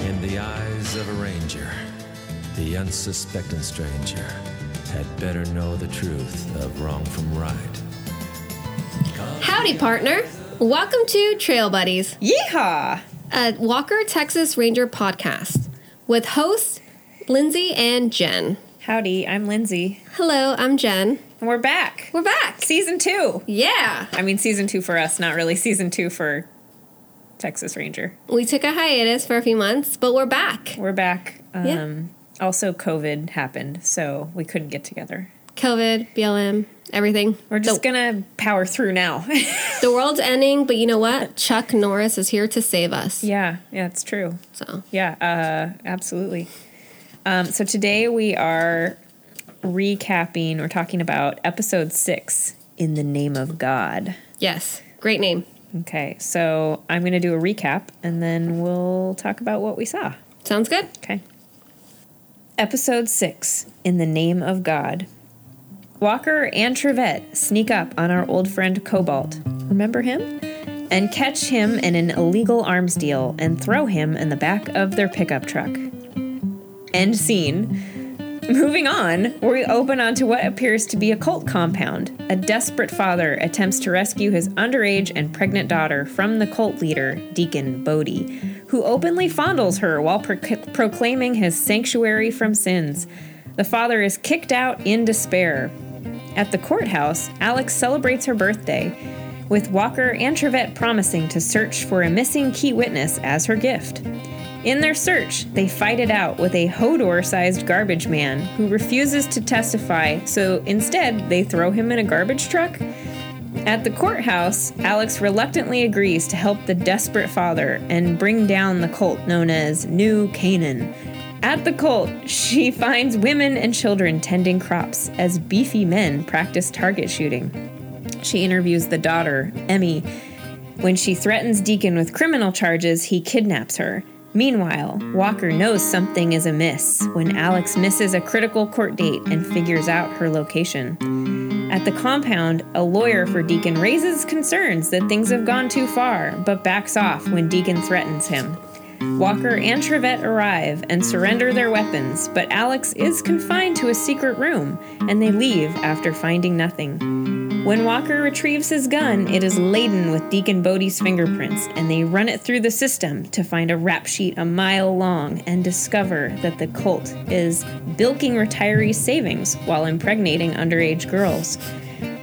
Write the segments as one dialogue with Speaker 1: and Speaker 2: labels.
Speaker 1: In the eyes of a ranger, the unsuspecting stranger had better know the truth of wrong from right.
Speaker 2: Howdy, partner. Welcome to Trail Buddies,
Speaker 3: Yeehaw!
Speaker 2: a Walker, Texas Ranger podcast with hosts Lindsay and Jen.
Speaker 3: Howdy, I'm Lindsay,
Speaker 2: Hello, I'm Jen.
Speaker 3: and we're back.
Speaker 2: We're back.
Speaker 3: Season two.
Speaker 2: Yeah.
Speaker 3: I mean, season two for us, not really season two for Texas Ranger.
Speaker 2: We took a hiatus for a few months, but we're back.
Speaker 3: We're back. Um,
Speaker 2: Yeah.
Speaker 3: Also, COVID happened, so we couldn't get together.
Speaker 2: COVID, BLM, everything.
Speaker 3: We're just
Speaker 2: the,
Speaker 3: gonna power through now.
Speaker 2: the world's ending, but you know what? Chuck Norris is here to save us.
Speaker 3: yeah, yeah, it's true.
Speaker 2: So
Speaker 3: Yeah, uh, absolutely. Um, so today we are recapping, we're talking about episode six, In the Name of God.
Speaker 2: yes, great name.
Speaker 3: Okay, so I'm going to do a recap and then we'll talk about what we saw.
Speaker 2: Sounds good.
Speaker 3: Okay. Episode 6 In the Name of God. Walker and Trevette sneak up on our old friend Cobalt. Remember him? And catch him in an illegal arms deal and throw him in the back of their pickup truck. End scene. Moving on, we open onto what appears to be a cult compound. A desperate father attempts to rescue his underage and pregnant daughter from the cult leader, Deacon Bodhi, who openly fondles her while proc- proclaiming his sanctuary from sins. The father is kicked out in despair. At the courthouse, Alex celebrates her birthday, with Walker and Trevette promising to search for a missing key witness as her gift. In their search, they fight it out with a Hodor sized garbage man who refuses to testify, so instead, they throw him in a garbage truck. At the courthouse, Alex reluctantly agrees to help the desperate father and bring down the cult known as New Canaan. At the cult, she finds women and children tending crops as beefy men practice target shooting. She interviews the daughter, Emmy. When she threatens Deacon with criminal charges, he kidnaps her. Meanwhile, Walker knows something is amiss when Alex misses a critical court date and figures out her location. At the compound, a lawyer for Deacon raises concerns that things have gone too far, but backs off when Deacon threatens him. Walker and Trevette arrive and surrender their weapons, but Alex is confined to a secret room, and they leave after finding nothing. When Walker retrieves his gun, it is laden with Deacon Bodhi's fingerprints, and they run it through the system to find a rap sheet a mile long and discover that the cult is bilking retiree savings while impregnating underage girls.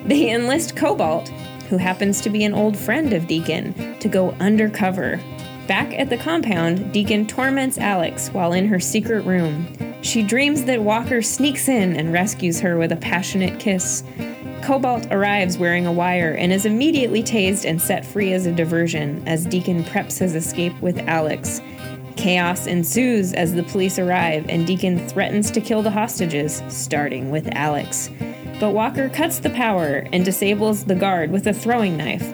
Speaker 3: They enlist Cobalt, who happens to be an old friend of Deacon, to go undercover. Back at the compound, Deacon torments Alex while in her secret room. She dreams that Walker sneaks in and rescues her with a passionate kiss. Cobalt arrives wearing a wire and is immediately tased and set free as a diversion as Deacon preps his escape with Alex. Chaos ensues as the police arrive and Deacon threatens to kill the hostages, starting with Alex. But Walker cuts the power and disables the guard with a throwing knife.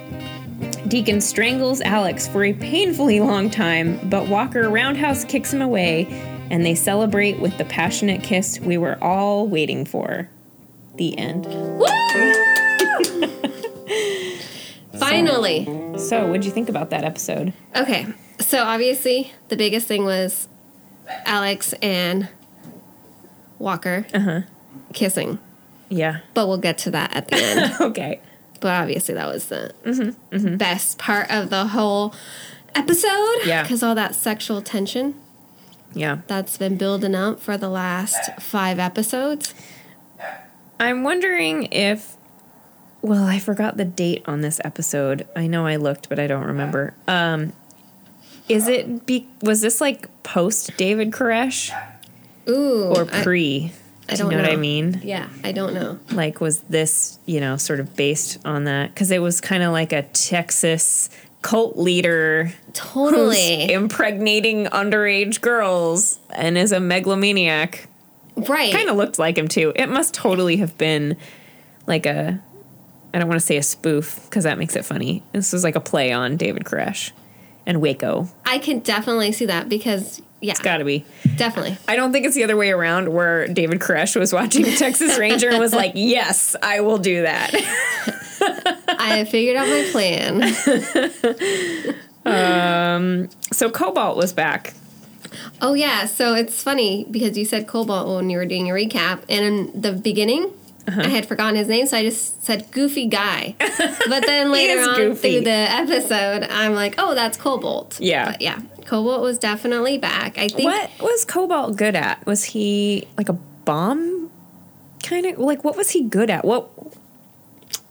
Speaker 3: Deacon strangles Alex for a painfully long time, but Walker roundhouse kicks him away and they celebrate with the passionate kiss we were all waiting for. The end.
Speaker 2: Woo! Finally.
Speaker 3: So, what'd you think about that episode?
Speaker 2: Okay, so obviously the biggest thing was Alex and Walker
Speaker 3: Uh-huh.
Speaker 2: kissing,
Speaker 3: Yeah.
Speaker 2: but we'll get to that at the end.
Speaker 3: Okay.
Speaker 2: but obviously that was the
Speaker 3: Mm-hmm,
Speaker 2: best part of the whole episode.
Speaker 3: Yeah.
Speaker 2: because all that sexual tension
Speaker 3: Yeah.
Speaker 2: that's been building up for the last five episodes.
Speaker 3: I'm wondering if. Well, I forgot the date on this episode. I know I looked, but I don't remember. Um, is it be was this like post David Koresh
Speaker 2: Ooh,
Speaker 3: or
Speaker 2: I-
Speaker 3: pre?
Speaker 2: I
Speaker 3: Do you
Speaker 2: don't
Speaker 3: know, what I
Speaker 2: know.
Speaker 3: mean?
Speaker 2: yeah, I don't know.
Speaker 3: Like, was this you know sort of based on that? Because it was kind of like a Texas cult leader who's
Speaker 2: Totally
Speaker 3: impregnating underage girls and is a megalomaniac.
Speaker 2: right.
Speaker 3: kind of looked like him too. It must totally have been like a I don't want to say a spoof because that makes it funny. This was like a play on David Koresh and Waco.
Speaker 2: I can definitely see that because Yeah,
Speaker 3: It's got to be.
Speaker 2: definitely.
Speaker 3: I don't think it's the other way around where David Koresh was watching Texas Ranger and was like, yes, I will do that.
Speaker 2: I figured out my plan.
Speaker 3: So Cobalt was back.
Speaker 2: Oh yeah, so it's funny because you said Cobalt when you were doing your recap, and in the beginning.
Speaker 3: Uh-huh.
Speaker 2: I had forgotten his name, so I just said Goofy Guy. But then later
Speaker 3: is
Speaker 2: on
Speaker 3: goofy.
Speaker 2: through the episode, I'm like, oh, that's Cobalt.
Speaker 3: Yeah.
Speaker 2: But yeah, Cobalt was definitely back. I think
Speaker 3: What was Cobalt good at? Was he like a bomb kind of like what was he good at? What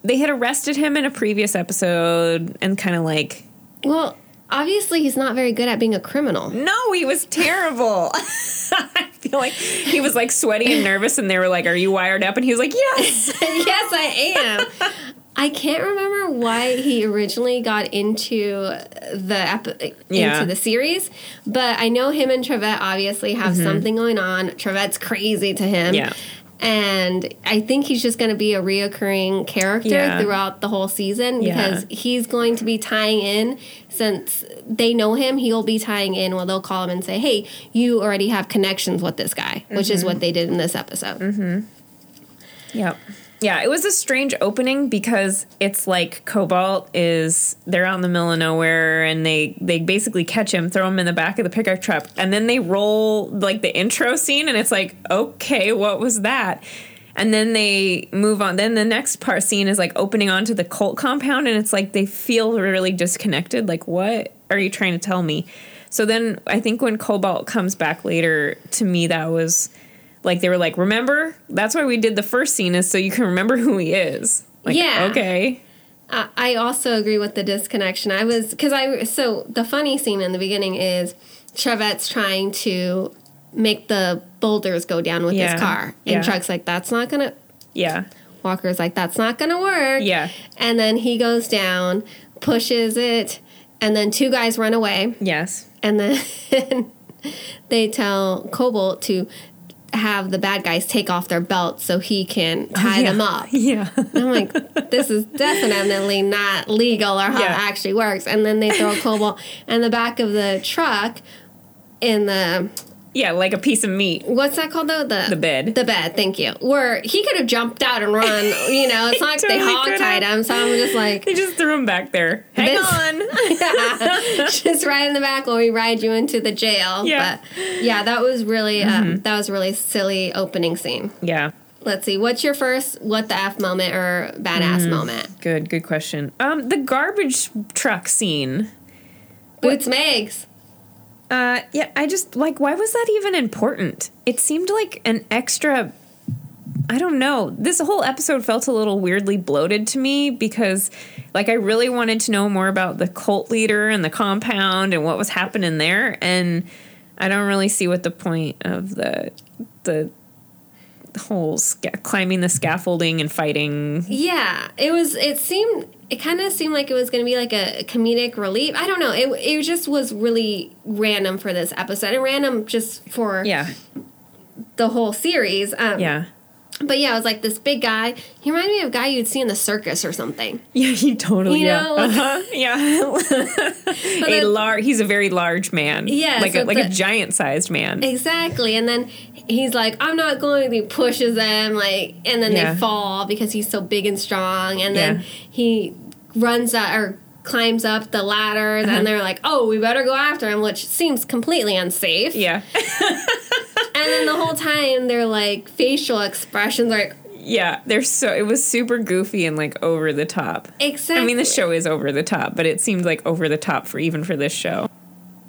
Speaker 3: they had arrested him in a previous episode and kind of like
Speaker 2: Well, obviously, he's not very good at being a criminal.
Speaker 3: no, he was terrible. I feel like he was like sweaty and nervous, and they were like, "Are you wired up?" And he was like, "Yes."
Speaker 2: yes, I am. I can't remember why he originally got into the ep-
Speaker 3: Yeah.
Speaker 2: into the series, but I know him and Trevette obviously have something going on. Trevette's crazy to him.
Speaker 3: Mm-hmm. Yeah.
Speaker 2: And I think he's just going to be a reoccurring character
Speaker 3: Yeah.
Speaker 2: throughout the whole season
Speaker 3: Yeah.
Speaker 2: because he's going to be tying in since they know him. He'll be tying in. Well, they'll call him and say, "Hey, you already have connections with this guy," which
Speaker 3: Mm-hmm.
Speaker 2: is what they did in this episode.
Speaker 3: Yep. Yeah, it was a strange opening because it's like Cobalt is they're out in the middle of nowhere and they they basically catch him, throw him in the back of the pickup truck, and then they roll like the intro scene and it's like, "Okay, what was that?" And then they move on. Then the next part scene is like opening onto the cult compound and it's like they feel really disconnected. Like, "What are you trying to tell me?" So then I think when Cobalt comes back later, to me that was like they were like, remember? That's why we did the first scene is so you can remember who he is. Like,
Speaker 2: Yeah.
Speaker 3: Okay.
Speaker 2: I I also agree with the disconnection. I was because I so the funny scene in the beginning is Chevette's trying to make the boulders go down with
Speaker 3: Yeah.
Speaker 2: his car, and
Speaker 3: Yeah.
Speaker 2: Chuck's like, "That's not gonna."
Speaker 3: Yeah.
Speaker 2: Walker's like, "That's not gonna work."
Speaker 3: Yeah.
Speaker 2: and then he goes down, pushes it, and then two guys run away,
Speaker 3: Yes.
Speaker 2: and then they tell Cobalt to have the bad guys take off their belts so he can tie them up.
Speaker 3: Oh, Yeah.
Speaker 2: I'm like, this is definitely not legal or how
Speaker 3: Yeah.
Speaker 2: it actually works. And then they throw cobalt in the back of the truck in the
Speaker 3: yeah, like a piece of meat.
Speaker 2: what's that called though? The
Speaker 3: The bed.
Speaker 2: The bed, thank you. Where he could have jumped out and run, you know, it's not like they
Speaker 3: totally
Speaker 2: hog
Speaker 3: could
Speaker 2: tied
Speaker 3: have.
Speaker 2: him, so I'm just like
Speaker 3: They just threw him back there. Hang
Speaker 2: This-
Speaker 3: on.
Speaker 2: just right in the back while we ride you into the jail.
Speaker 3: Yeah. Mm-hmm.
Speaker 2: But yeah, that was really um, that was a really silly opening scene.
Speaker 3: yeah.
Speaker 2: Let's see, what's your first what the F moment or
Speaker 3: Mm.
Speaker 2: badass moment?
Speaker 3: Good, good question. Um, the garbage truck scene.
Speaker 2: Boots Megs.
Speaker 3: Uh, yeah, I just like why was that even important? It seemed like an extra. I don't know. This whole episode felt a little weirdly bloated to me because, like, I really wanted to know more about the cult leader and the compound and what was happening there, and I don't really see what the point of the the whole sca- climbing the scaffolding and fighting.
Speaker 2: Yeah, it was. It seemed. It kind of seemed like it was going to be like a comedic relief. I don't know. It it just was really random for this episode, and random just for
Speaker 3: Yeah,
Speaker 2: the whole series. Um,
Speaker 3: yeah,
Speaker 2: But yeah, it was like this big guy. He reminded me of a guy you'd see in the circus or something.
Speaker 3: yeah. You totally,
Speaker 2: You
Speaker 3: yeah,
Speaker 2: know, like-
Speaker 3: uh-huh, yeah.
Speaker 2: But
Speaker 3: a
Speaker 2: then-
Speaker 3: large. He's a very large man.
Speaker 2: Yeah,
Speaker 3: like a,
Speaker 2: so
Speaker 3: like a
Speaker 2: the-
Speaker 3: giant sized man.
Speaker 2: Exactly. And then he's like, I'm not going to. He pushes them, like, and then
Speaker 3: Yeah.
Speaker 2: they fall because he's so big and strong. And then
Speaker 3: Yeah.
Speaker 2: he runs up or climbs up the ladders,
Speaker 3: Uh-huh.
Speaker 2: and they're like, oh, we better go after him, which seems completely unsafe.
Speaker 3: yeah,
Speaker 2: And then the whole time, their like facial expressions are like,
Speaker 3: yeah. They're so. It was super goofy and like over the top.
Speaker 2: exactly.
Speaker 3: I mean, the show is over the top, but it seemed like over the top for even for this show.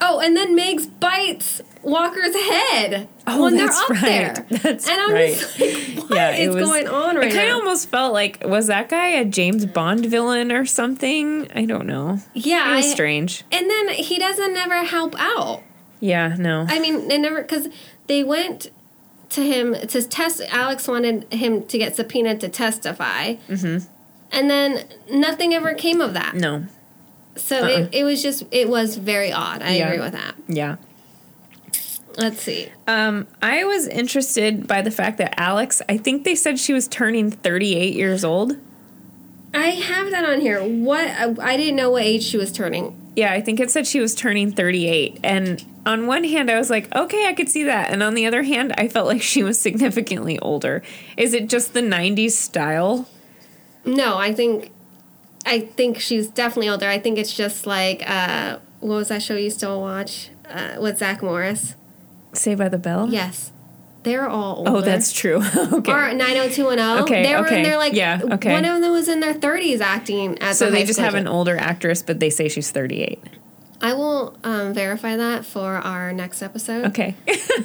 Speaker 2: Oh, and then Megs bites Walker's head
Speaker 3: Oh,
Speaker 2: when
Speaker 3: that's
Speaker 2: they're up
Speaker 3: right.
Speaker 2: there.
Speaker 3: That's
Speaker 2: and I'm just like, what is going on right
Speaker 3: It kind of
Speaker 2: now?
Speaker 3: almost felt like was that guy a James Bond villain or something? I don't know.
Speaker 2: yeah,
Speaker 3: It was
Speaker 2: I-
Speaker 3: strange.
Speaker 2: and then he doesn't ever help out.
Speaker 3: Yeah, no.
Speaker 2: I mean, they never because they went to him to test. Alex wanted him to get subpoenaed to testify, mm-hmm. and then nothing ever came of that.
Speaker 3: no. Uh-uh.
Speaker 2: So it, it was just it was very odd. I
Speaker 3: Yeah.
Speaker 2: agree with that.
Speaker 3: Yeah.
Speaker 2: Let's see.
Speaker 3: Um, I was interested by the fact that Alex, I think they said she was turning 38 years old.
Speaker 2: I have that on here. What I, I didn't know what age she was turning.
Speaker 3: yeah, I think it said she was turning 38. And on one hand, I was like, okay, I could see that. And on the other hand, I felt like she was significantly older. Is it just the 90s style?
Speaker 2: No, I think I think she's definitely older. I think it's just like uh, what was that show you still watch uh, with Zach Morris?
Speaker 3: Saved by the Bell?
Speaker 2: Yes, they're all older.
Speaker 3: Oh, that's true. okay.
Speaker 2: Or 90210.
Speaker 3: Okay,
Speaker 2: They were
Speaker 3: okay.
Speaker 2: in their like
Speaker 3: Yeah, okay.
Speaker 2: one of them was in their 30s acting at
Speaker 3: so
Speaker 2: the
Speaker 3: they
Speaker 2: high
Speaker 3: just
Speaker 2: school.
Speaker 3: have an older actress, but they say she's 38.
Speaker 2: I will um, verify that for our next episode.
Speaker 3: Okay.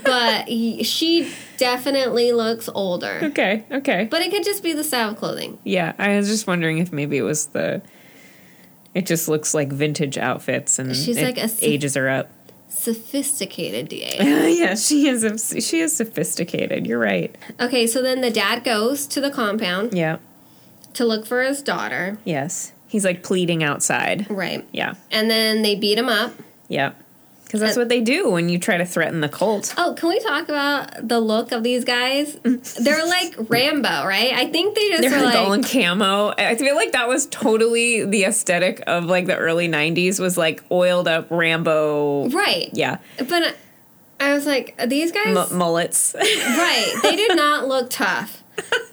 Speaker 2: but y- she definitely looks older.
Speaker 3: okay. Okay.
Speaker 2: But it could just be the style of clothing.
Speaker 3: yeah, I was just wondering if maybe it was the. It just looks like vintage outfits and
Speaker 2: She's
Speaker 3: it
Speaker 2: like a-
Speaker 3: ages her up.
Speaker 2: Sophisticated DA.
Speaker 3: yeah, she is. She is sophisticated. You're right.
Speaker 2: okay, so then the dad goes to the compound
Speaker 3: Yeah.
Speaker 2: to look for his daughter.
Speaker 3: Yes. He's like pleading outside.
Speaker 2: Right.
Speaker 3: Yeah.
Speaker 2: And then they beat him up.
Speaker 3: Yeah. Because
Speaker 2: Uh,
Speaker 3: that's what they do when you try to threaten the cult.
Speaker 2: Oh, can we talk about the look of these guys? They're like Rambo, right? I think they just
Speaker 3: They're
Speaker 2: are
Speaker 3: like,
Speaker 2: like,
Speaker 3: all in camo. I feel like that was totally the aesthetic of like the early '90s was like oiled up Rambo.
Speaker 2: right.
Speaker 3: Yeah,
Speaker 2: But I was like, these guys,
Speaker 3: M- mullets.
Speaker 2: right? They did not look tough.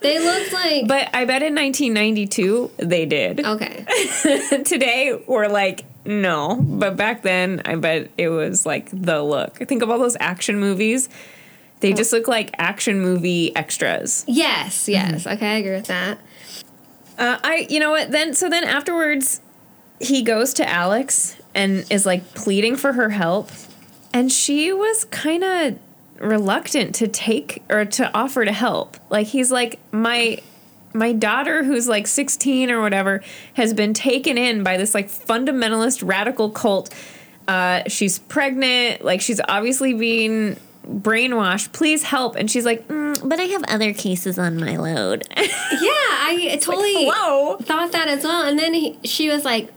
Speaker 2: They looked like
Speaker 3: but I bet in 1992 they did.
Speaker 2: okay.
Speaker 3: Today we're like no, but back then I bet it was like the look. Think of all those action movies. They just look like action movie extras.
Speaker 2: Yes, yes. Okay, I agree with that.
Speaker 3: Uh, I, you know what? Then so then afterwards, he goes to Alex and is like pleading for her help, and she was kind of reluctant to take or to offer to help. Like he's like my my daughter who's like 16 or whatever has been taken in by this like fundamentalist radical cult. Uh, she's pregnant. Like she's obviously being brainwashed. Please help. And she's like, mm, but I have other cases on my load.
Speaker 2: Yeah, I totally
Speaker 3: Hello.
Speaker 2: thought that as well. And then he, she was like,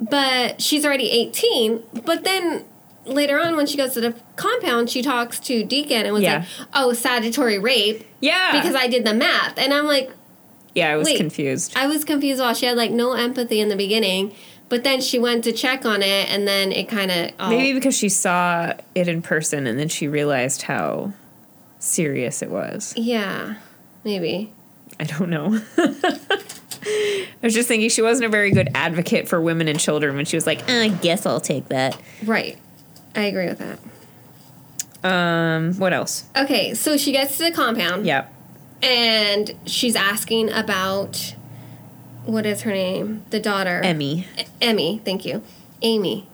Speaker 2: but she's already 18. But then later on, when she goes to the compound, she talks to Deacon and was
Speaker 3: Yeah.
Speaker 2: like, oh, statutory rape
Speaker 3: Yeah.
Speaker 2: because I did the math. And I'm like,
Speaker 3: Yeah, I was
Speaker 2: Wait.
Speaker 3: confused.
Speaker 2: I was confused while she had like no empathy in the beginning, but then she went to check on it and then it kind of all
Speaker 3: Maybe because she saw it in person and then she realized how serious it was.
Speaker 2: yeah, maybe.
Speaker 3: I don't know. I was just thinking she wasn't a very good advocate for women and children when she was like, I guess I'll take that.
Speaker 2: Right. I agree with that.
Speaker 3: Um, what else?
Speaker 2: Okay, so she gets to the compound.
Speaker 3: Yeah.
Speaker 2: and she's asking about what is her name? The daughter.
Speaker 3: Emmy.
Speaker 2: E- Emmy, thank you. Amy.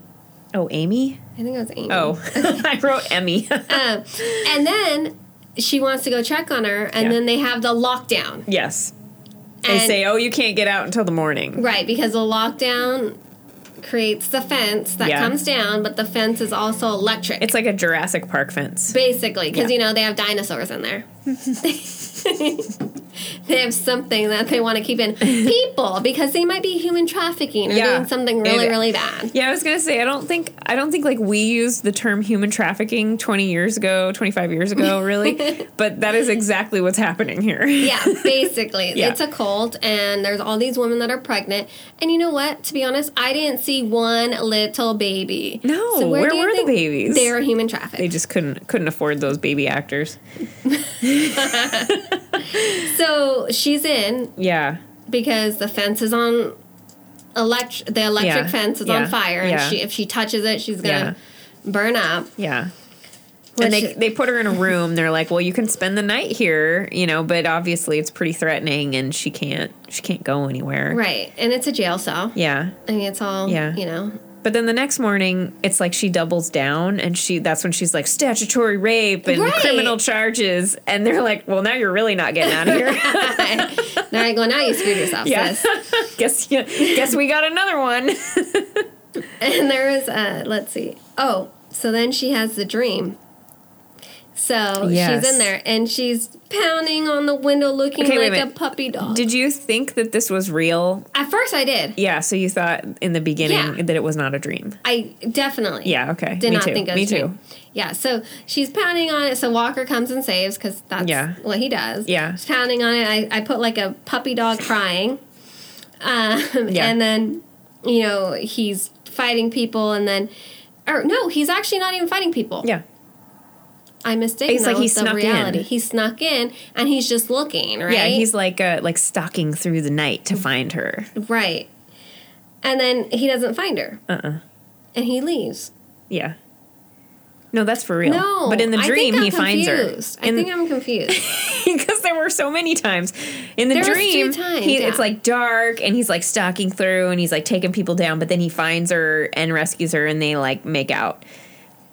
Speaker 3: Oh, Amy?
Speaker 2: I think it was Amy.
Speaker 3: Oh, I wrote Emmy.
Speaker 2: Um, and then she wants to go check on her, and
Speaker 3: Yeah.
Speaker 2: then they have the lockdown.
Speaker 3: yes. They
Speaker 2: And-
Speaker 3: say, oh, you can't get out until the morning.
Speaker 2: Right, because the lockdown creates the fence that
Speaker 3: Yeah.
Speaker 2: comes down, but the fence is also electric.
Speaker 3: It's like a Jurassic Park fence.
Speaker 2: basically because you know they have dinosaurs in there. they have something that they want to keep in people because they might be human trafficking or
Speaker 3: Yeah.
Speaker 2: doing something really,
Speaker 3: It-
Speaker 2: really bad.
Speaker 3: Yeah, I was gonna say I don't think I don't think like we used the term human trafficking twenty years ago, twenty five years ago, really. but that is exactly what's happening here.
Speaker 2: yeah, basically.
Speaker 3: Yeah.
Speaker 2: It's a cult, and there's all these women that are pregnant. And you know what? To be honest, I didn't see one little baby.
Speaker 3: No, where
Speaker 2: do you
Speaker 3: were the
Speaker 2: think
Speaker 3: babies?
Speaker 2: They were human
Speaker 3: They
Speaker 2: trafficked.
Speaker 3: just couldn't couldn't afford those baby actors.
Speaker 2: So she's in
Speaker 3: Yeah.
Speaker 2: because the fence is on. Elect- the electric
Speaker 3: Yeah.
Speaker 2: fence is
Speaker 3: Yeah.
Speaker 2: on fire, and
Speaker 3: Yeah.
Speaker 2: she if she touches it, she's gonna burn up.
Speaker 3: Yeah.
Speaker 2: Which-
Speaker 3: and they they put her in a room. They're like, "Well, you can spend the night here, you know, but obviously it's pretty threatening and she can't she can't go anywhere."
Speaker 2: Right, and it's a jail cell.
Speaker 3: Yeah.
Speaker 2: I mean, it's all
Speaker 3: Yeah.
Speaker 2: you know.
Speaker 3: But then the next morning, it's like she doubles down, and she—that's when she's like statutory rape and
Speaker 2: Right.
Speaker 3: criminal charges, and they're like, "Well, now you're really not getting out of here."
Speaker 2: Now I go. Now you screwed yourself,
Speaker 3: yeah,
Speaker 2: sis.
Speaker 3: guess yeah, guess we got another one.
Speaker 2: And there was uh, let's see. Oh, so then she has the dream. So
Speaker 3: Yes.
Speaker 2: she's in there and she's pounding on the window, looking
Speaker 3: Okay, wait a
Speaker 2: like a,
Speaker 3: minute.
Speaker 2: puppy dog.
Speaker 3: Did you think that this was real?
Speaker 2: At first, I did.
Speaker 3: Yeah, so you thought in the beginning
Speaker 2: Yeah.
Speaker 3: that it was not a dream.
Speaker 2: I definitely.
Speaker 3: Yeah, okay.
Speaker 2: Did
Speaker 3: Me
Speaker 2: not
Speaker 3: too.
Speaker 2: think it was
Speaker 3: Me
Speaker 2: a dream.
Speaker 3: too.
Speaker 2: Yeah, so she's pounding on it. So Walker comes and saves because that's
Speaker 3: Yeah.
Speaker 2: what he does.
Speaker 3: Yeah.
Speaker 2: she's pounding on it. I, I put like a puppy dog crying, um,
Speaker 3: Yeah.
Speaker 2: and then you know he's fighting people, and then, or no, he's actually not even fighting people.
Speaker 3: Yeah.
Speaker 2: I mistaken.
Speaker 3: It's
Speaker 2: It's
Speaker 3: like
Speaker 2: like
Speaker 3: he
Speaker 2: he's
Speaker 3: snuck
Speaker 2: the reality.
Speaker 3: in.
Speaker 2: He snuck in, and he's just looking. Right. Mm-hmm.
Speaker 3: Yeah, he's like uh, like stalking through the night to find her.
Speaker 2: right. And then he doesn't find her,
Speaker 3: Uh uh
Speaker 2: and he leaves.
Speaker 3: Yeah. No, that's for real.
Speaker 2: No,
Speaker 3: but in the
Speaker 2: I think
Speaker 3: dream,
Speaker 2: I'm
Speaker 3: he finds
Speaker 2: confused.
Speaker 3: her. In-
Speaker 2: I think I'm confused.
Speaker 3: because there were so many times in the
Speaker 2: There was two
Speaker 3: dream
Speaker 2: times,
Speaker 3: he,
Speaker 2: yeah.
Speaker 3: it's like dark and he's like stalking through and he's like taking people down but then he finds her and rescues her and they like make out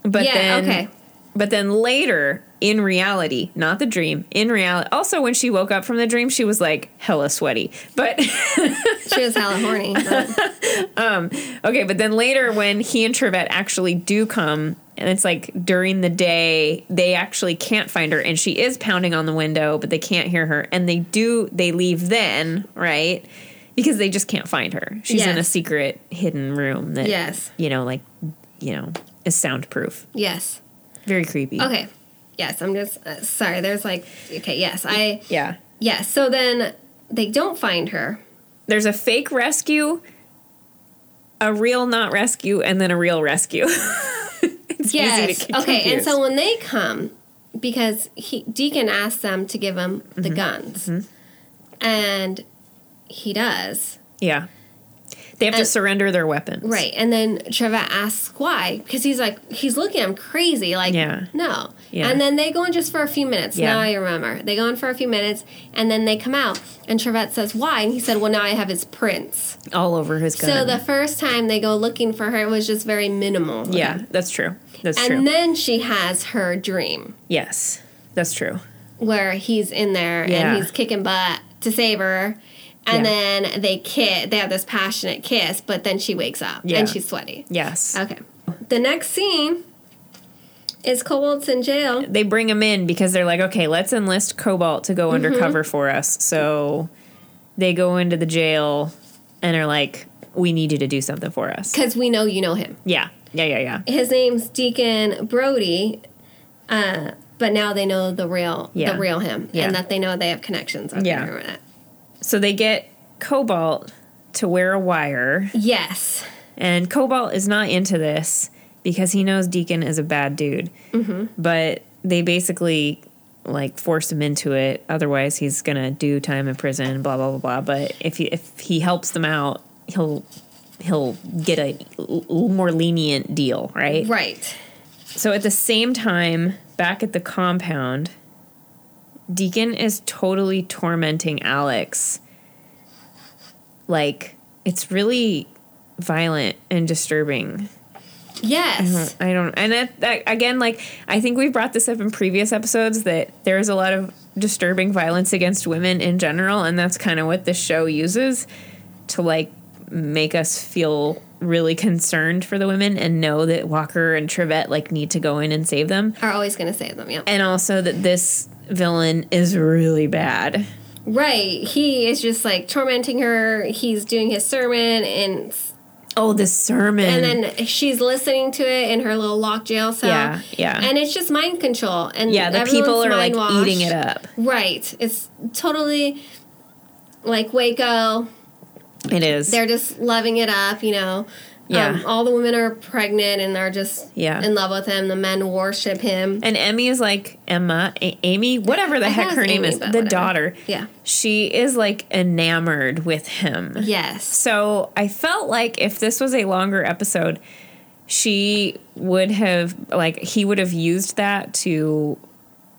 Speaker 3: but
Speaker 2: Yeah,
Speaker 3: then
Speaker 2: okay.
Speaker 3: but then later in reality not the dream in reality also when she woke up from the dream she was like hella sweaty but
Speaker 2: she was hella horny. but-
Speaker 3: Okay, but then later when he and Trevette actually do come, and it's like during the day, they actually can't find her, and she is pounding on the window, but they can't hear her, and they do they leave then, right? Because they just can't find her. She's in a
Speaker 2: Yes.
Speaker 3: secret hidden room that
Speaker 2: Yes.
Speaker 3: you know, like you know, is soundproof.
Speaker 2: yes.
Speaker 3: Very creepy.
Speaker 2: Okay. Yes, I'm just uh, sorry. There's like okay. Yes, I
Speaker 3: Yeah.
Speaker 2: yes. So then they don't find her.
Speaker 3: There's a fake rescue, a real not rescue, and then a real rescue. it's
Speaker 2: yes.
Speaker 3: get
Speaker 2: okay. And
Speaker 3: confused.
Speaker 2: so when they come, because he, Deacon asks them to give him
Speaker 3: Mm-hmm.
Speaker 2: the guns, and he does.
Speaker 3: Yeah. They have to
Speaker 2: And-
Speaker 3: surrender their weapons.
Speaker 2: Right. And then Trevette asks why, because he's like, he's looking at him crazy. Like,
Speaker 3: Yeah.
Speaker 2: no.
Speaker 3: Yeah.
Speaker 2: And then they go in just for a few minutes.
Speaker 3: Yeah.
Speaker 2: Now I remember. They go in for a few minutes, and then they come out, and Trevette says, why? And he said, well, now I have his prints.
Speaker 3: All over his gun.
Speaker 2: So the first time they go looking for her, it was just very minimal.
Speaker 3: yeah, that's true. That's
Speaker 2: And
Speaker 3: true.
Speaker 2: then she has her dream.
Speaker 3: yes, that's true.
Speaker 2: where he's in there
Speaker 3: Yeah.
Speaker 2: and he's kicking butt to save her. And
Speaker 3: Yeah.
Speaker 2: then they kiss, they have this passionate kiss, but then she wakes up
Speaker 3: Yeah.
Speaker 2: and she's sweaty.
Speaker 3: Yes.
Speaker 2: Okay. The next scene is Cobalt's in jail.
Speaker 3: They bring him in because they're like, okay, let's enlist Cobalt to
Speaker 2: Mm-hmm.
Speaker 3: go undercover for us. So they go into the jail and are like, we need you to do something for us.
Speaker 2: Because we know you know him.
Speaker 3: Yeah. Yeah, yeah, yeah.
Speaker 2: His name's Deacon Brody, uh, but now they know the real
Speaker 3: Yeah.
Speaker 2: the real him.
Speaker 3: Yeah.
Speaker 2: And that they know they have connections. I
Speaker 3: Yeah.
Speaker 2: remember that.
Speaker 3: So they get Cobalt to wear a wire,
Speaker 2: Yes.
Speaker 3: and Cobalt is not into this because he knows Deacon is a bad dude. but they basically like force him into it. Otherwise, he's gonna do time in prison. Blah blah blah blah. But if he if he helps them out, he'll he'll get a l- l- more lenient deal, right?
Speaker 2: Right.
Speaker 3: So at the same time, back at the compound, Deacon is totally tormenting Alex. Like it's really violent and disturbing.
Speaker 2: Yes.
Speaker 3: I don't, and that, that, again, like I think we've brought this up in previous episodes that there is a lot of disturbing violence against women in general, and that's kind of what this show uses to like make us feel really concerned for the women and know that Walker and Trivette like need to go in and save them,
Speaker 2: Are always going to save them. Yeah.
Speaker 3: and also that this villain is really bad.
Speaker 2: Right. He is just like tormenting her. He's doing his sermon and
Speaker 3: Oh, the sermon,
Speaker 2: and then she's listening to it in her little locked jail cell.
Speaker 3: Mm-hmm. Yeah, yeah.
Speaker 2: And it's just mind control. And
Speaker 3: yeah, the
Speaker 2: everyone's
Speaker 3: people are like
Speaker 2: mind-washed.
Speaker 3: eating it up.
Speaker 2: Right. It's totally like Waco.
Speaker 3: It is.
Speaker 2: They're just loving it up, you know. Um,
Speaker 3: Yeah.
Speaker 2: all the women are pregnant and they're just
Speaker 3: Yeah.
Speaker 2: in love with him. The men worship him.
Speaker 3: And Emmy is like Emma, A- Amy, whatever the
Speaker 2: I
Speaker 3: heck
Speaker 2: thought it
Speaker 3: her
Speaker 2: was
Speaker 3: name
Speaker 2: Amy,
Speaker 3: is, the
Speaker 2: but whatever.
Speaker 3: daughter.
Speaker 2: Yeah.
Speaker 3: She is like enamored with him.
Speaker 2: Yes.
Speaker 3: So I felt like if this was a longer episode, she would have like he would have used that to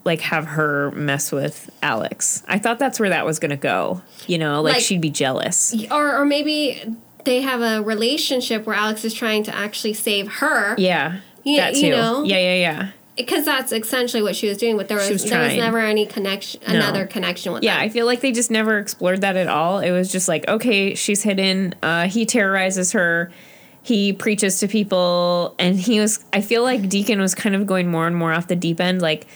Speaker 3: like have her mess with Alex. I thought that's where that was going to go. You know, like,
Speaker 2: Like-
Speaker 3: she'd be jealous.
Speaker 2: Or or maybe they have a relationship where Alex is trying to actually save her.
Speaker 3: Yeah.
Speaker 2: Yeah,
Speaker 3: that
Speaker 2: you
Speaker 3: too.
Speaker 2: know.
Speaker 3: Yeah, yeah, yeah.
Speaker 2: because that's essentially what she was doing. But there was,
Speaker 3: was
Speaker 2: there was
Speaker 3: trying.
Speaker 2: never any connection, another connection with
Speaker 3: Yeah, I feel like they just never explored that at all. It was just like, okay, she's hidden. Uh, he terrorizes her. He preaches to people, and he was. I feel like Deacon was kind of going more and more off the deep end. Like,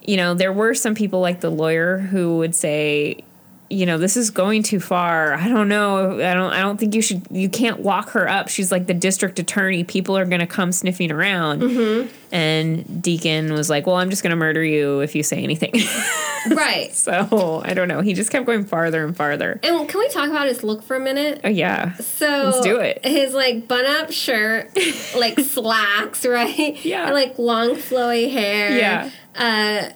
Speaker 3: you know, there were some people like the lawyer who would say, you know, this is going too far. I don't know. I don't I don't think you should you can't lock her up. She's like the district attorney. People are going to come sniffing around. And Deacon was like, "Well, I'm just going to murder you if you say anything."
Speaker 2: right.
Speaker 3: so, I don't know. He just kept going farther and farther.
Speaker 2: And can we talk about his look for a minute?
Speaker 3: Oh yeah.
Speaker 2: So
Speaker 3: Let's do it.
Speaker 2: His like bun up shirt, like slacks, right?
Speaker 3: Yeah.
Speaker 2: And like long flowy hair.
Speaker 3: Yeah.
Speaker 2: Uh,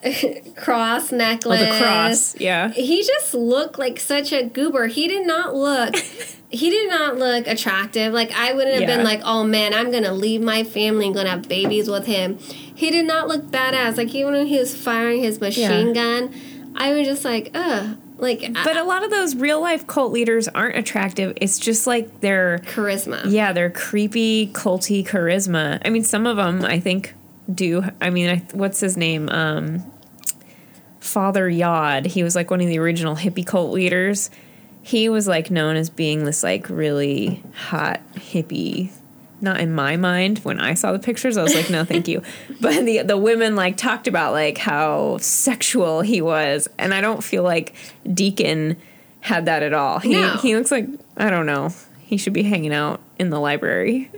Speaker 2: cross necklace.
Speaker 3: With a cross. Yeah.
Speaker 2: He just looked like such a goober. He did not look. He did not look attractive. Like I wouldn't have
Speaker 3: Yeah.
Speaker 2: been like, "Oh man, I'm gonna leave my family and gonna have babies with him." He did not look badass. Like even when he was firing his machine gun, I was just like, "Ugh!" Like I-
Speaker 3: But a lot of those real life cult leaders aren't attractive. It's just like they're
Speaker 2: charisma.
Speaker 3: Yeah, they're creepy, culty charisma. I mean, some of them I think do. I mean, I, what's his name? Um, Father Yod. He was like one of the original hippie cult leaders. He was like known as being this like really hot hippie. Not in my mind. When I saw the pictures, I was like, "No, thank you." But the the women like talked about like how sexual he was, and I don't feel like Deacon had that at all. He
Speaker 2: No.
Speaker 3: he looks like I don't know. He should be hanging out in the library.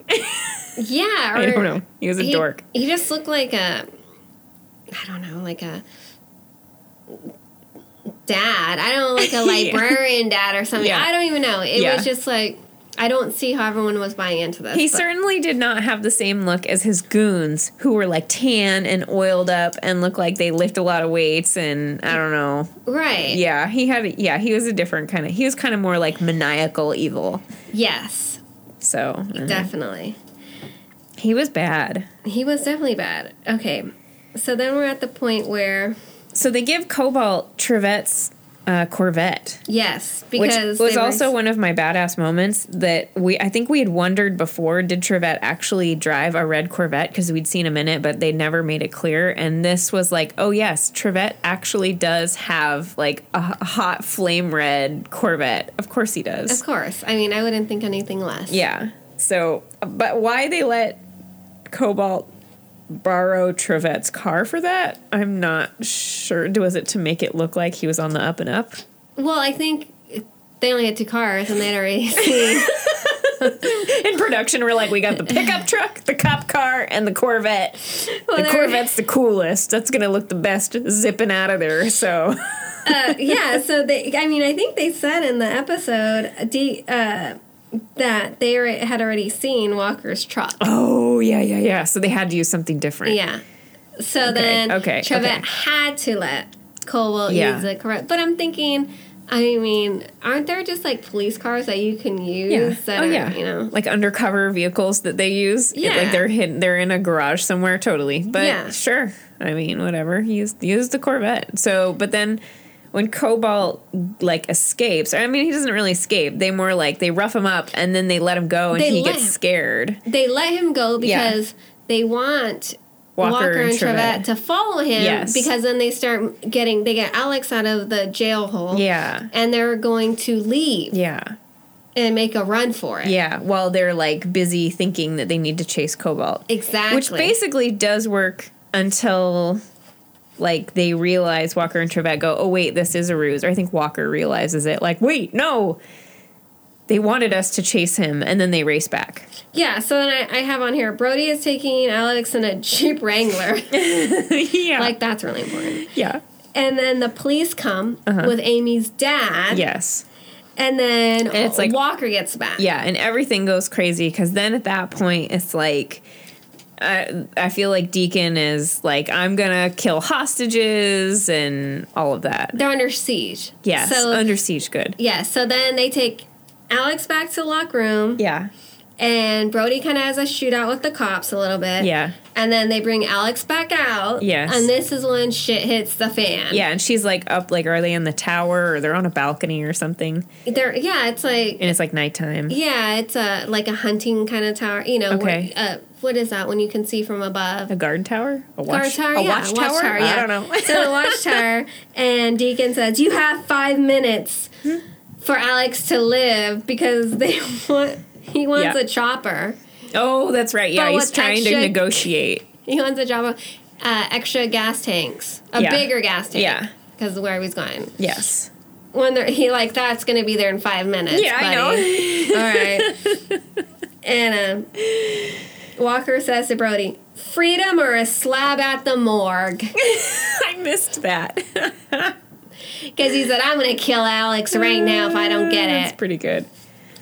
Speaker 2: Yeah, or
Speaker 3: I don't know. He was a
Speaker 2: he,
Speaker 3: dork.
Speaker 2: He just looked like a, I don't know, like a dad. I don't know, like a
Speaker 3: Yeah.
Speaker 2: librarian dad or something.
Speaker 3: Yeah.
Speaker 2: I don't even know. It
Speaker 3: Yeah.
Speaker 2: was just like I don't see how everyone was buying into this.
Speaker 3: He
Speaker 2: but-
Speaker 3: certainly did not have the same look as his goons, who were like tan and oiled up and looked like they lift a lot of weights. And I don't know.
Speaker 2: right.
Speaker 3: Yeah, he had. Yeah, he was a different kind of. He was kind of more like maniacal evil.
Speaker 2: Yes,
Speaker 3: So I don't know.
Speaker 2: definitely.
Speaker 3: he was bad.
Speaker 2: He was definitely bad. Okay, so then we're at the point where
Speaker 3: So they give Cobalt Trivette's uh, Corvette.
Speaker 2: yes,
Speaker 3: which
Speaker 2: because
Speaker 3: was
Speaker 2: they were-
Speaker 3: also one of my badass moments that we I think we had wondered before did Trevette actually drive a red Corvette because we'd seen him in it but they never made it clear and this was like oh yes Trevette actually does have like a h- hot flame red Corvette of course he does
Speaker 2: of course. I mean, I wouldn't think anything less.
Speaker 3: yeah so but why they let Cobalt borrow Trevette's car for that I'm not sure was it to make it look like he was on the up and up
Speaker 2: Well, I think they only had two cars, and they'd already seen.
Speaker 3: in production we're like we got the pickup truck the cop car and the corvette
Speaker 2: Well,
Speaker 3: the
Speaker 2: they were-
Speaker 3: corvette's the coolest that's gonna look the best zipping out of there so
Speaker 2: uh, yeah, so they, I mean, I think they said in the episode D, uh, that they re- had already seen Walker's truck.
Speaker 3: oh yeah yeah yeah so they had to use something different
Speaker 2: Yeah. So then
Speaker 3: okay,
Speaker 2: Trevette
Speaker 3: okay.
Speaker 2: had to let Colwell
Speaker 3: Yeah.
Speaker 2: use the correct. But I'm thinking, I mean, aren't there just like police cars that you can use
Speaker 3: yeah.
Speaker 2: that
Speaker 3: oh
Speaker 2: are,
Speaker 3: yeah.
Speaker 2: you know?
Speaker 3: like undercover vehicles that they use. It- like
Speaker 2: Yeah.
Speaker 3: they're hidden. They're in a garage somewhere. Totally. But
Speaker 2: Yeah.
Speaker 3: sure. I mean, whatever. Use use the Corvette. So, but then when Cobalt like escapes, I mean, he doesn't really escape. They more like they rough him up and then they let him go, and
Speaker 2: They
Speaker 3: he
Speaker 2: let
Speaker 3: gets
Speaker 2: him.
Speaker 3: scared.
Speaker 2: They let him go
Speaker 3: Yeah.
Speaker 2: because they want
Speaker 3: Walker
Speaker 2: Walker,
Speaker 3: and
Speaker 2: and
Speaker 3: Trevette.
Speaker 2: Trevette to follow him
Speaker 3: Yes.
Speaker 2: because then they start getting, they get Alex out of the jail hole.
Speaker 3: Yeah.
Speaker 2: And they're going to leave.
Speaker 3: Yeah.
Speaker 2: and make a run for it.
Speaker 3: Yeah, while they're like busy thinking that they need to chase Cobalt.
Speaker 2: Exactly.
Speaker 3: Which basically does work until like they realize Walker and Trevette go, "Oh wait, this is a ruse." Or I think Walker realizes it like, "Wait, no. They wanted us to chase him and then they race back."
Speaker 2: Yeah, so then I, I have on here Brody is taking Alex in a Jeep Wrangler.
Speaker 3: yeah.
Speaker 2: like, that's really important. Uh-huh.
Speaker 3: yeah.
Speaker 2: And then the police come with Amy's dad.
Speaker 3: Yes.
Speaker 2: And then
Speaker 3: it's like-
Speaker 2: Walker gets back.
Speaker 3: Yeah, and everything goes crazy because then at that point it's like. I, I feel like Deacon is like I'm gonna kill hostages and all of that.
Speaker 2: They're under siege.
Speaker 3: Yes,
Speaker 2: So,
Speaker 3: under siege. Good.
Speaker 2: yeah, so then they take Alex back to the locker room.
Speaker 3: Yeah,
Speaker 2: And Brody kind of has a shootout with the cops a little bit.
Speaker 3: yeah,
Speaker 2: And then they bring Alex back out.
Speaker 3: Yes.
Speaker 2: And this is when shit hits the fan.
Speaker 3: yeah. And she's like up, like are they in the tower or they're on a balcony or something? And
Speaker 2: They're, yeah, it's like.
Speaker 3: it's like nighttime.
Speaker 2: Yeah, it's a like a hunting kind of tower. You know,
Speaker 3: Okay.
Speaker 2: where, uh, what is that when you can see from above?
Speaker 3: A guard tower, a
Speaker 2: Guard
Speaker 3: watch
Speaker 2: tower,
Speaker 3: a
Speaker 2: yeah,
Speaker 3: watch
Speaker 2: watchtower,
Speaker 3: tower. I
Speaker 2: yeah.
Speaker 3: don't know.
Speaker 2: so the watchtower, and Deacon says, "You have five minutes
Speaker 3: Hmm?
Speaker 2: for Alex to live because they want he wants
Speaker 3: Yeah.
Speaker 2: a chopper.
Speaker 3: oh, that's right. Yeah,
Speaker 2: But
Speaker 3: he's
Speaker 2: with
Speaker 3: trying to
Speaker 2: extra-
Speaker 3: negotiate.
Speaker 2: He wants a chopper, uh, extra gas tanks, a
Speaker 3: Yeah.
Speaker 2: bigger gas tank.
Speaker 3: Yeah.
Speaker 2: because of where he was going.
Speaker 3: Yes,
Speaker 2: when they're, he like that's gonna be there in five minutes.
Speaker 3: Yeah, I
Speaker 2: buddy. All right. And um, Walker says to Brody, "Freedom or a slab at the morgue,"
Speaker 3: I missed that.
Speaker 2: because he said, "I'm gonna kill Alex right now if I don't
Speaker 3: That's
Speaker 2: get
Speaker 3: pretty good.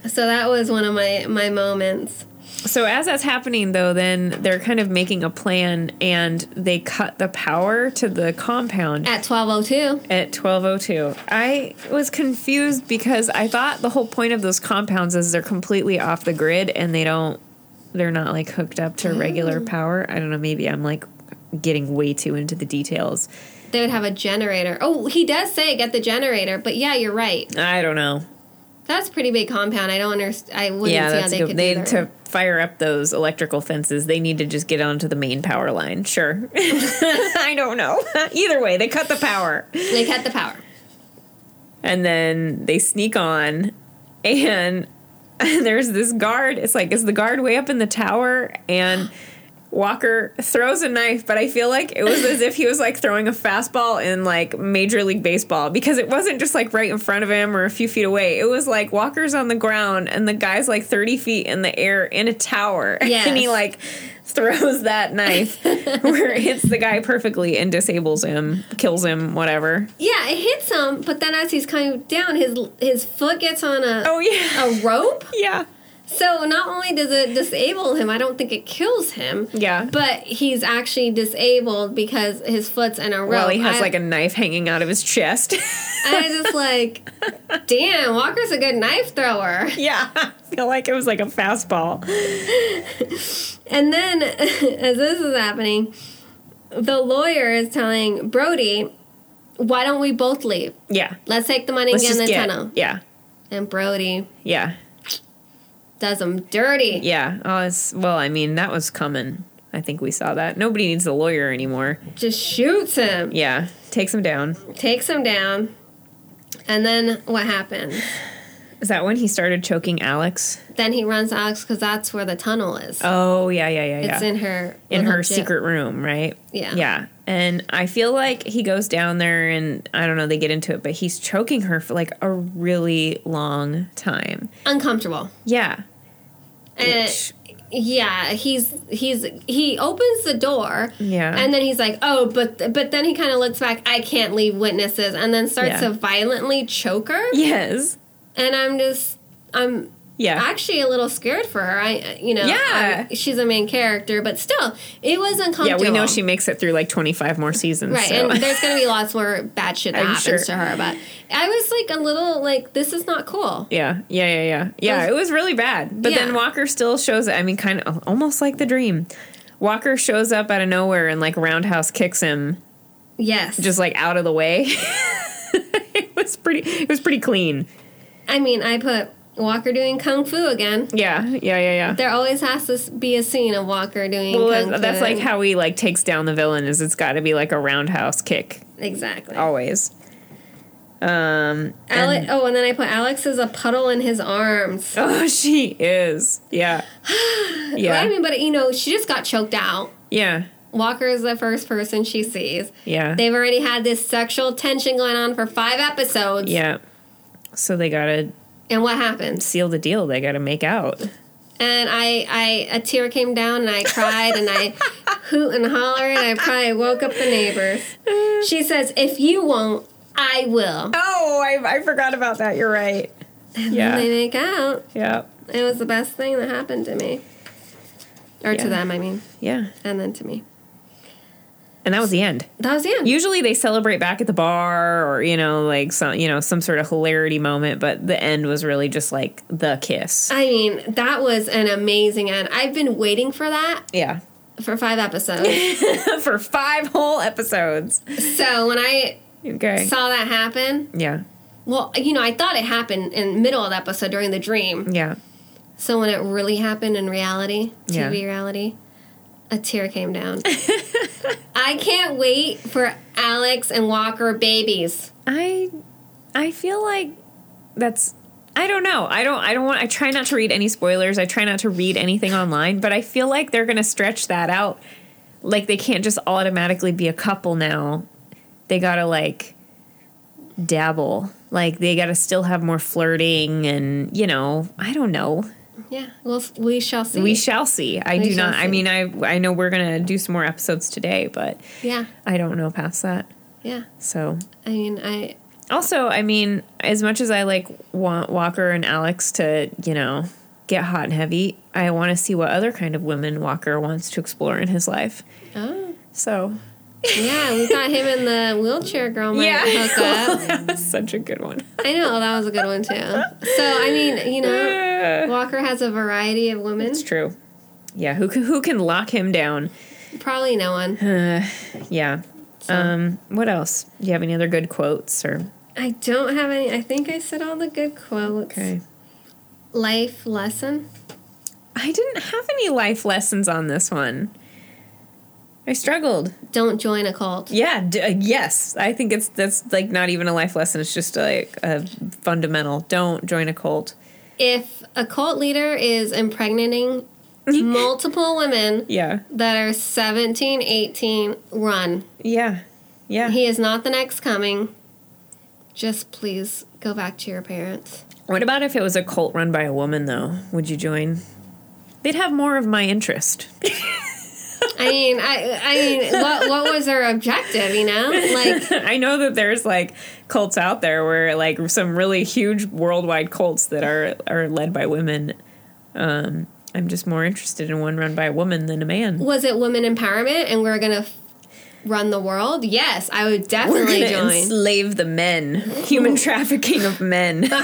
Speaker 2: it." So that was one of my my moments.
Speaker 3: So as that's happening though, then they're kind of making a plan and they cut the power to the compound
Speaker 2: At twelve oh two,
Speaker 3: at 1202. I was confused because I thought the whole point of those compounds is they're completely off the grid and they don't they're not like hooked up to regular
Speaker 2: Mm.
Speaker 3: power. I don't know, maybe I'm like getting way too into the details.
Speaker 2: they would have a generator. Oh, he does say get the generator, but yeah, you're right.
Speaker 3: I don't know. That's
Speaker 2: That's a pretty big compound. I don't understand. I wouldn't
Speaker 3: yeah,
Speaker 2: see how
Speaker 3: that's
Speaker 2: they
Speaker 3: good.
Speaker 2: could
Speaker 3: They
Speaker 2: do that.
Speaker 3: to fire up those electrical fences, they need to just get onto the main power line. Sure. I don't know. Either way, they cut the power.
Speaker 2: They cut the power.
Speaker 3: and then they sneak on and there's this guard it's like is the guard way up in the tower and walker throws a knife but i feel like it was as if he was like throwing a fastball in like major league baseball because it wasn't just like right in front of him or a few feet away it was like walker's on the ground and the guy's like 30 feet in the air in a tower
Speaker 2: Yes.
Speaker 3: and he like throws that knife where it hits the guy perfectly and disables him kills him whatever
Speaker 2: Yeah, it hits him, but then as he's coming down, his his foot gets on a
Speaker 3: oh yeah
Speaker 2: a rope.
Speaker 3: yeah
Speaker 2: So not only does it disable him, I don't think it kills him.
Speaker 3: Yeah.
Speaker 2: but he's actually disabled because his foot's in a rope.
Speaker 3: Well, he has
Speaker 2: I,
Speaker 3: like a knife hanging out of his chest.
Speaker 2: I was just like, damn, Walker's a good knife thrower.
Speaker 3: yeah, I feel like it was like a fastball.
Speaker 2: And then, as this is happening, the lawyer is telling Brody, "Why don't we both leave?
Speaker 3: Yeah,
Speaker 2: Let's take the money
Speaker 3: let's
Speaker 2: and get
Speaker 3: just
Speaker 2: in the
Speaker 3: get.
Speaker 2: tunnel."
Speaker 3: Yeah,
Speaker 2: And Brody
Speaker 3: yeah,
Speaker 2: does him dirty.
Speaker 3: yeah. Oh, it's well. I mean, that was coming. I think we saw that. Nobody needs a lawyer anymore.
Speaker 2: Just shoots him.
Speaker 3: Yeah, takes him down.
Speaker 2: takes him down. And then what happens?
Speaker 3: Is that when he started choking Alex?
Speaker 2: Then he runs to Alex because that's where the tunnel is.
Speaker 3: Oh, yeah, yeah, yeah, yeah.
Speaker 2: It's in her
Speaker 3: in her
Speaker 2: little jail.
Speaker 3: secret room, right?
Speaker 2: Yeah.
Speaker 3: Yeah. And I feel like he goes down there and I don't know, they get into it, but he's choking her for like a really long time.
Speaker 2: uncomfortable.
Speaker 3: Yeah.
Speaker 2: And
Speaker 3: Which-
Speaker 2: yeah, he's he's he opens the door.
Speaker 3: Yeah.
Speaker 2: And then he's like, "Oh, but but then he kind of looks back, I can't leave witnesses." And then starts
Speaker 3: Yeah.
Speaker 2: to violently choke her.
Speaker 3: Yes.
Speaker 2: And I'm just I'm
Speaker 3: Yeah.
Speaker 2: actually a little scared for her. I you know,
Speaker 3: Yeah.
Speaker 2: I- she's a main character, but still, it was
Speaker 3: yeah,
Speaker 2: uncomfortable.
Speaker 3: we know she makes it through like 25 more seasons.
Speaker 2: Right,
Speaker 3: so.
Speaker 2: and there's gonna be lots more bad shit that
Speaker 3: I'm
Speaker 2: happens
Speaker 3: sure.
Speaker 2: to her. But I was like a little like, this is not cool.
Speaker 3: yeah, yeah, yeah, yeah. Yeah,
Speaker 2: Those-
Speaker 3: it was really bad. But then
Speaker 2: Yeah.
Speaker 3: Walker still shows I mean, kind of almost like the dream. Walker shows up out of nowhere and like roundhouse kicks him
Speaker 2: Yes,
Speaker 3: just like out of the way. it was pretty it was pretty clean.
Speaker 2: I mean, I put Walker doing kung fu again.
Speaker 3: Yeah, yeah, yeah, yeah.
Speaker 2: There always has to be a scene of Walker doing.
Speaker 3: Well,
Speaker 2: kung
Speaker 3: that's, that's
Speaker 2: fu.
Speaker 3: like how he like takes down the villain is it's got to be like a roundhouse kick
Speaker 2: exactly. Oh,
Speaker 3: always. Um
Speaker 2: Ale- oh, and then I put Alex is a puddle in his arms.
Speaker 3: oh she is. Yeah.
Speaker 2: But I
Speaker 3: Yeah.
Speaker 2: mean, but you know, she just got choked out.
Speaker 3: Yeah.
Speaker 2: Walker is the first person she sees.
Speaker 3: Yeah.
Speaker 2: They've already had this sexual tension going on for five episodes.
Speaker 3: Yeah. So they gotta
Speaker 2: And what happens?
Speaker 3: seal the deal. They gotta make out.
Speaker 2: and I, I a tear came down and I cried and I hoot and holler and I probably woke up the neighbors. She says, "If you won't, I will."
Speaker 3: Oh, I, I forgot about that. You're right.
Speaker 2: And they
Speaker 3: Yeah.
Speaker 2: make out.
Speaker 3: Yeah.
Speaker 2: It was the best thing that happened to me, or
Speaker 3: Yeah.
Speaker 2: to them, I mean,
Speaker 3: Yeah.
Speaker 2: and then to me.
Speaker 3: And that was the end.
Speaker 2: That was the end.
Speaker 3: Usually they celebrate back at the bar or you know like some you know some sort of hilarity moment, but the end was really just like the kiss.
Speaker 2: I mean, that was an amazing end. I've been waiting for that
Speaker 3: Yeah.
Speaker 2: for five episodes.
Speaker 3: For five whole episodes.
Speaker 2: so when I
Speaker 3: Okay.
Speaker 2: saw that happen,
Speaker 3: yeah.
Speaker 2: well, you know, I thought it happened in the middle of the episode during the dream.
Speaker 3: Yeah.
Speaker 2: So when it really happened in reality,
Speaker 3: Yeah.
Speaker 2: TV reality, a tear came down. I can't wait for Alex and Walker babies.
Speaker 3: I I feel like that's I don't know. I don't I don't want I try not to read any spoilers. I try not to read anything online, but I feel like they're going to stretch that out. Like they can't just automatically be a couple now. They got to like dabble Like they got to still have more flirting and, you know, I don't know.
Speaker 2: Yeah. Well, s- we shall see.
Speaker 3: We shall see. I
Speaker 2: We
Speaker 3: do
Speaker 2: shall
Speaker 3: not I
Speaker 2: see.
Speaker 3: mean, I I know we're going to do some more episodes today, but
Speaker 2: yeah.
Speaker 3: I don't know past that.
Speaker 2: Yeah.
Speaker 3: So,
Speaker 2: I mean, I.
Speaker 3: also, I mean, as much as I like want Walker and Alex to, you know, get hot and heavy, I want to see what other kind of women Walker wants to explore in his life.
Speaker 2: Oh.
Speaker 3: So,
Speaker 2: Yeah, we thought him and the wheelchair girl might
Speaker 3: yeah,
Speaker 2: hook up.
Speaker 3: that was such a good one.
Speaker 2: I know that was a good one too. So I mean, you know, Walker has a variety of women.
Speaker 3: It's true. Yeah, who can, who can lock him down?
Speaker 2: Probably no one.
Speaker 3: Yeah. Um, what else? Do you have any other good quotes or
Speaker 2: I don't have any. I think I said all the good quotes.
Speaker 3: okay?
Speaker 2: Life lesson.
Speaker 3: I didn't have any life lessons on this one. I struggled.
Speaker 2: Don't join a cult.
Speaker 3: Yeah. D- uh, yes. I think it's that's like not even a life lesson. It's just like a fundamental. Don't join a cult.
Speaker 2: If a cult leader is impregnating multiple women
Speaker 3: Yeah.
Speaker 2: that are 17, 18, run.
Speaker 3: Yeah. Yeah.
Speaker 2: He is not the next coming. Just please go back to your parents.
Speaker 3: what about if it was a cult run by a woman though? Would you join? They'd have more of my interest.
Speaker 2: I mean, I, I mean, what, what was their objective? You know, like
Speaker 3: I know that there's like cults out there where like some really huge worldwide cults that are are led by women. Um, I'm just more interested in one run by a woman than a man.
Speaker 2: was it women empowerment and we're gonna f- run the world? Yes, I would definitely join.
Speaker 3: enslave the men. Human trafficking of men.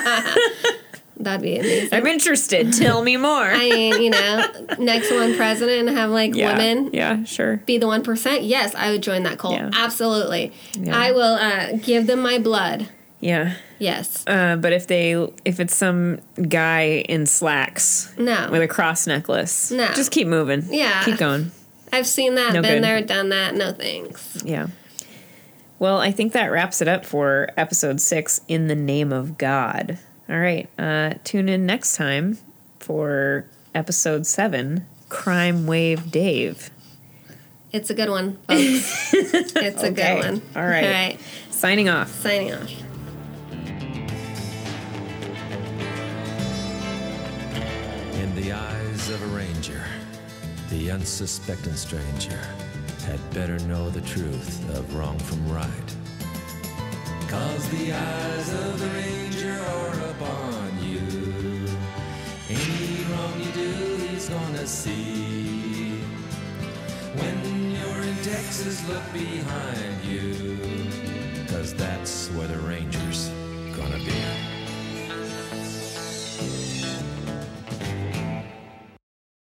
Speaker 2: That'd be amazing.
Speaker 3: I'm interested. Tell me more.
Speaker 2: I mean, you know, next one president and have like
Speaker 3: yeah.
Speaker 2: women
Speaker 3: Yeah, sure.
Speaker 2: be the one percent. Yes, I would join that cult.
Speaker 3: Yeah.
Speaker 2: Absolutely,
Speaker 3: Yeah.
Speaker 2: I will uh, give them my blood.
Speaker 3: Yeah.
Speaker 2: Yes,
Speaker 3: Uh, but if they if it's some guy in slacks
Speaker 2: No.
Speaker 3: with a cross necklace.
Speaker 2: No.
Speaker 3: Just keep moving.
Speaker 2: Yeah.
Speaker 3: Keep going.
Speaker 2: I've seen that,
Speaker 3: No
Speaker 2: been
Speaker 3: good.
Speaker 2: there, done that. No thanks.
Speaker 3: Yeah. Well, I think that wraps it up for episode six in the name of God. All right. Uh, tune in next time for episode seven Crime Wave Dave.
Speaker 2: It's a good one, folks. It's a
Speaker 3: Okay.
Speaker 2: good one.
Speaker 3: All right.
Speaker 2: All right.
Speaker 3: Signing off.
Speaker 2: Signing off.
Speaker 1: In the eyes of a ranger, the unsuspecting stranger had better know the truth of wrong from right. Cause the eyes of the ranger are upon you. Any wrong you do, he's gonna see. When you're in Texas, look behind you. Cause that's where the ranger's gonna be.